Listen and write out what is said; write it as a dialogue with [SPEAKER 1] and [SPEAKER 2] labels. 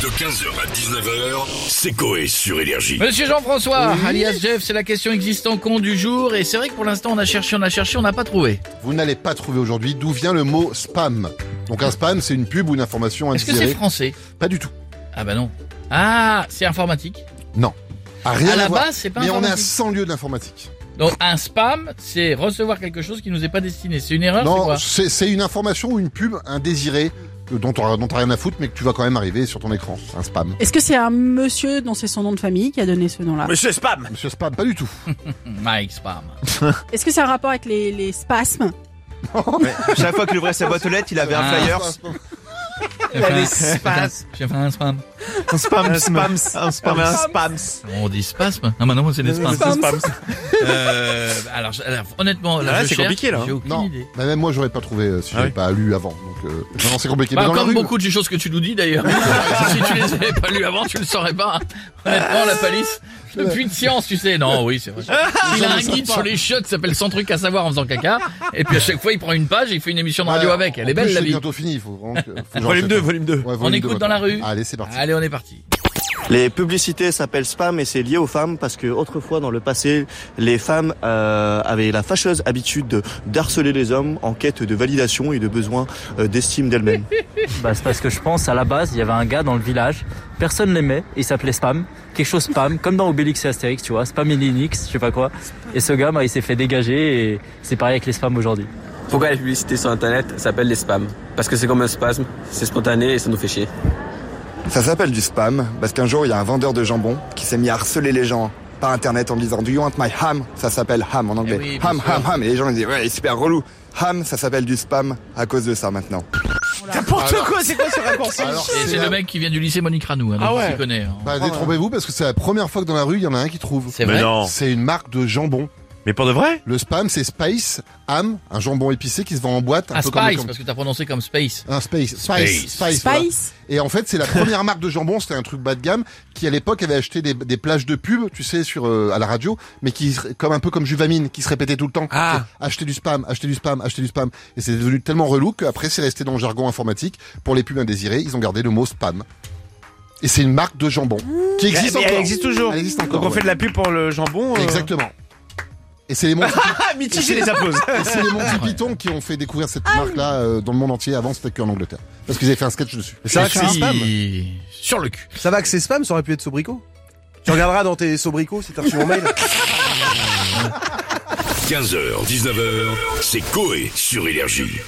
[SPEAKER 1] De 15h à 19h, c'est Coé sur Énergie.
[SPEAKER 2] Monsieur Jean-François, alias Jeff, c'est la question existant con du jour. Et c'est vrai que pour l'instant, on a cherché, on a cherché, on n'a pas trouvé.
[SPEAKER 3] Vous n'allez pas trouver aujourd'hui d'où vient le mot spam. Donc un spam, c'est une pub ou une information
[SPEAKER 2] Est-ce que c'est
[SPEAKER 3] indésirée.
[SPEAKER 2] français
[SPEAKER 3] Pas du tout.
[SPEAKER 2] Ah bah non. Ah, c'est informatique.
[SPEAKER 3] Non. A rien
[SPEAKER 2] À la
[SPEAKER 3] voir.
[SPEAKER 2] base, c'est pas
[SPEAKER 3] Mais on est à
[SPEAKER 2] informatique.
[SPEAKER 3] 100 lieues de l'informatique.
[SPEAKER 2] Donc un spam, c'est recevoir quelque chose qui nous est pas destiné. C'est une erreur, Ah, c'est
[SPEAKER 3] Non,
[SPEAKER 2] quoi
[SPEAKER 3] c'est c'est une information ou une pub indésirée euh, dont t'auras dont t'as rien à foutre, mais que tu vas quand même arriver sur ton écran. Un spam.
[SPEAKER 4] Est-ce que c'est un monsieur dont c'est son nom de famille qui a donné ce nom-là
[SPEAKER 5] Monsieur Spam
[SPEAKER 3] Monsieur Spam, pas du tout.
[SPEAKER 2] Mike Spam.
[SPEAKER 4] Est-ce que c'est un rapport avec les, les spasmes
[SPEAKER 5] Chaque fois qu'il ouvrait sa boîte aux lettres, il avait un
[SPEAKER 2] Ah.
[SPEAKER 5] flyer.
[SPEAKER 2] Il a des spasmes. J'ai fait un spam.
[SPEAKER 5] Un spam, spams, un spam, un spams.
[SPEAKER 2] On dit spasme Ah bah non, c'est des spasmes. Euh, alors, je- alors, honnêtement, là,
[SPEAKER 5] Ah,
[SPEAKER 2] je
[SPEAKER 5] c'est
[SPEAKER 2] cherche,
[SPEAKER 5] compliqué, là.
[SPEAKER 2] J'ai aucune
[SPEAKER 3] Non,
[SPEAKER 2] idée.
[SPEAKER 3] bah même moi j'aurais pas trouvé euh, si j'avais
[SPEAKER 5] ouais.
[SPEAKER 3] pas lu avant. Donc euh, non, c'est compliqué.
[SPEAKER 2] Bah,
[SPEAKER 3] mais dans la
[SPEAKER 2] comme
[SPEAKER 3] rue,
[SPEAKER 2] beaucoup de choses que tu nous dis d'ailleurs. si tu les avais pas lues avant, tu le saurais pas. hein. Honnêtement, la palisse. Le puits de science, tu sais. Non, oui, c'est vrai. Il a un guide sur les chiottes qui s'appelle 100 trucs à savoir en faisant caca. Et puis à chaque fois, il prend une page et il fait une émission de
[SPEAKER 3] bah,
[SPEAKER 2] radio avec. Elle
[SPEAKER 3] en
[SPEAKER 2] est belle,
[SPEAKER 3] plus,
[SPEAKER 2] la
[SPEAKER 3] C'est
[SPEAKER 2] vie.
[SPEAKER 3] bientôt fini. Faut vraiment que, faut que
[SPEAKER 5] Volume
[SPEAKER 3] j'en
[SPEAKER 5] 2,
[SPEAKER 3] achète un.
[SPEAKER 5] volume 2.
[SPEAKER 3] Ouais, volume
[SPEAKER 2] écoute
[SPEAKER 3] deux
[SPEAKER 2] dans la
[SPEAKER 3] maintenant.
[SPEAKER 2] rue.
[SPEAKER 3] Allez, c'est parti.
[SPEAKER 2] Allez, on est parti.
[SPEAKER 6] Les publicités s'appellent spam et c'est lié aux femmes parce que autrefois dans le passé, les femmes euh, avaient la fâcheuse habitude de- d'harceler les hommes en quête de validation et de besoin euh, d'estime d'elles-mêmes.
[SPEAKER 7] Bah, c'est parce que je pense à la base, il y avait un gars dans le village, personne l'aimait, il s'appelait Spam, quelque chose Spam, comme dans Obélix et Astérix, tu vois, Spam et Linux, je sais pas quoi. Et ce gars, bah, il s'est fait dégager et c'est pareil avec les spams aujourd'hui.
[SPEAKER 8] Pourquoi les publicités sur Internet s'appellent les spams Parce que c'est comme un spasme, c'est spontané et ça nous fait chier.
[SPEAKER 9] Ça s'appelle du spam, parce qu'un jour, il y a un vendeur de jambon qui s'est mis à harceler les gens par internet en disant Do you want my ham Ça s'appelle ham en anglais.
[SPEAKER 2] Eh oui, bien
[SPEAKER 9] ham,
[SPEAKER 2] sûr.
[SPEAKER 9] ham, ham. Et les gens ils disent Ouais, super relou. Ham, ça s'appelle du spam à cause de ça maintenant.
[SPEAKER 5] N'importe quoi, c'est quoi ce raccourci
[SPEAKER 3] Alors,
[SPEAKER 2] Et c'est
[SPEAKER 3] la-
[SPEAKER 2] le mec qui vient du lycée Monique Ranou. Hein, donc
[SPEAKER 5] Ah ouais.
[SPEAKER 2] tu connais. hein.
[SPEAKER 3] Bah, détrompez-vous parce que c'est la première fois que dans la rue, il y en a un qui trouve.
[SPEAKER 2] C'est vrai.
[SPEAKER 5] non.
[SPEAKER 3] C'est une marque de jambon.
[SPEAKER 5] Mais pour de vrai
[SPEAKER 3] Le spam, c'est Space Ham, un jambon épicé qui se vend en boîte. Un,
[SPEAKER 2] Ah,
[SPEAKER 3] peu comme les
[SPEAKER 2] Spice,
[SPEAKER 3] com-
[SPEAKER 2] parce que t'as prononcé comme Space.
[SPEAKER 3] Un Space. Spice.
[SPEAKER 2] Space.
[SPEAKER 3] Spice. voilà.
[SPEAKER 4] Spice
[SPEAKER 3] Et en fait, c'est la première marque de jambon, c'était un truc bas de gamme, qui à l'époque avait acheté des, des plages de pub, tu sais, sur euh, à la radio, mais qui se- comme un peu comme Juvamine, qui se répétait tout le temps.
[SPEAKER 8] Ah.
[SPEAKER 3] C'est Acheter du spam, acheter du spam, acheter du spam. Et c'est devenu tellement relou qu'après, c'est resté dans le jargon informatique. Pour les pubs indésirées, ils ont gardé le mot spam. Et c'est une marque de jambon qui existe
[SPEAKER 5] Mais
[SPEAKER 3] encore.
[SPEAKER 5] Elle existe toujours.
[SPEAKER 3] Elle existe encore,
[SPEAKER 5] Donc on
[SPEAKER 3] ouais.
[SPEAKER 5] fait de la pub pour le jambon. euh.
[SPEAKER 3] Exactement. Et c'est les monstres
[SPEAKER 5] Ah, Mitty, j'ai les applaudissements.
[SPEAKER 3] Et c'est les Monty Python qui ont fait découvrir cette marque-là euh, dans le monde entier. Avant, c'était qu'en Angleterre. Parce qu'ils avaient fait un sketch dessus.
[SPEAKER 2] Je suis Sur le cul.
[SPEAKER 10] Ça va que c'est spam, ça aurait pu être sobriquet. Tu regarderas dans tes sobriquets si t'as reçu mon mail.
[SPEAKER 1] 15h, 19h, c'est Coé sur Énergie.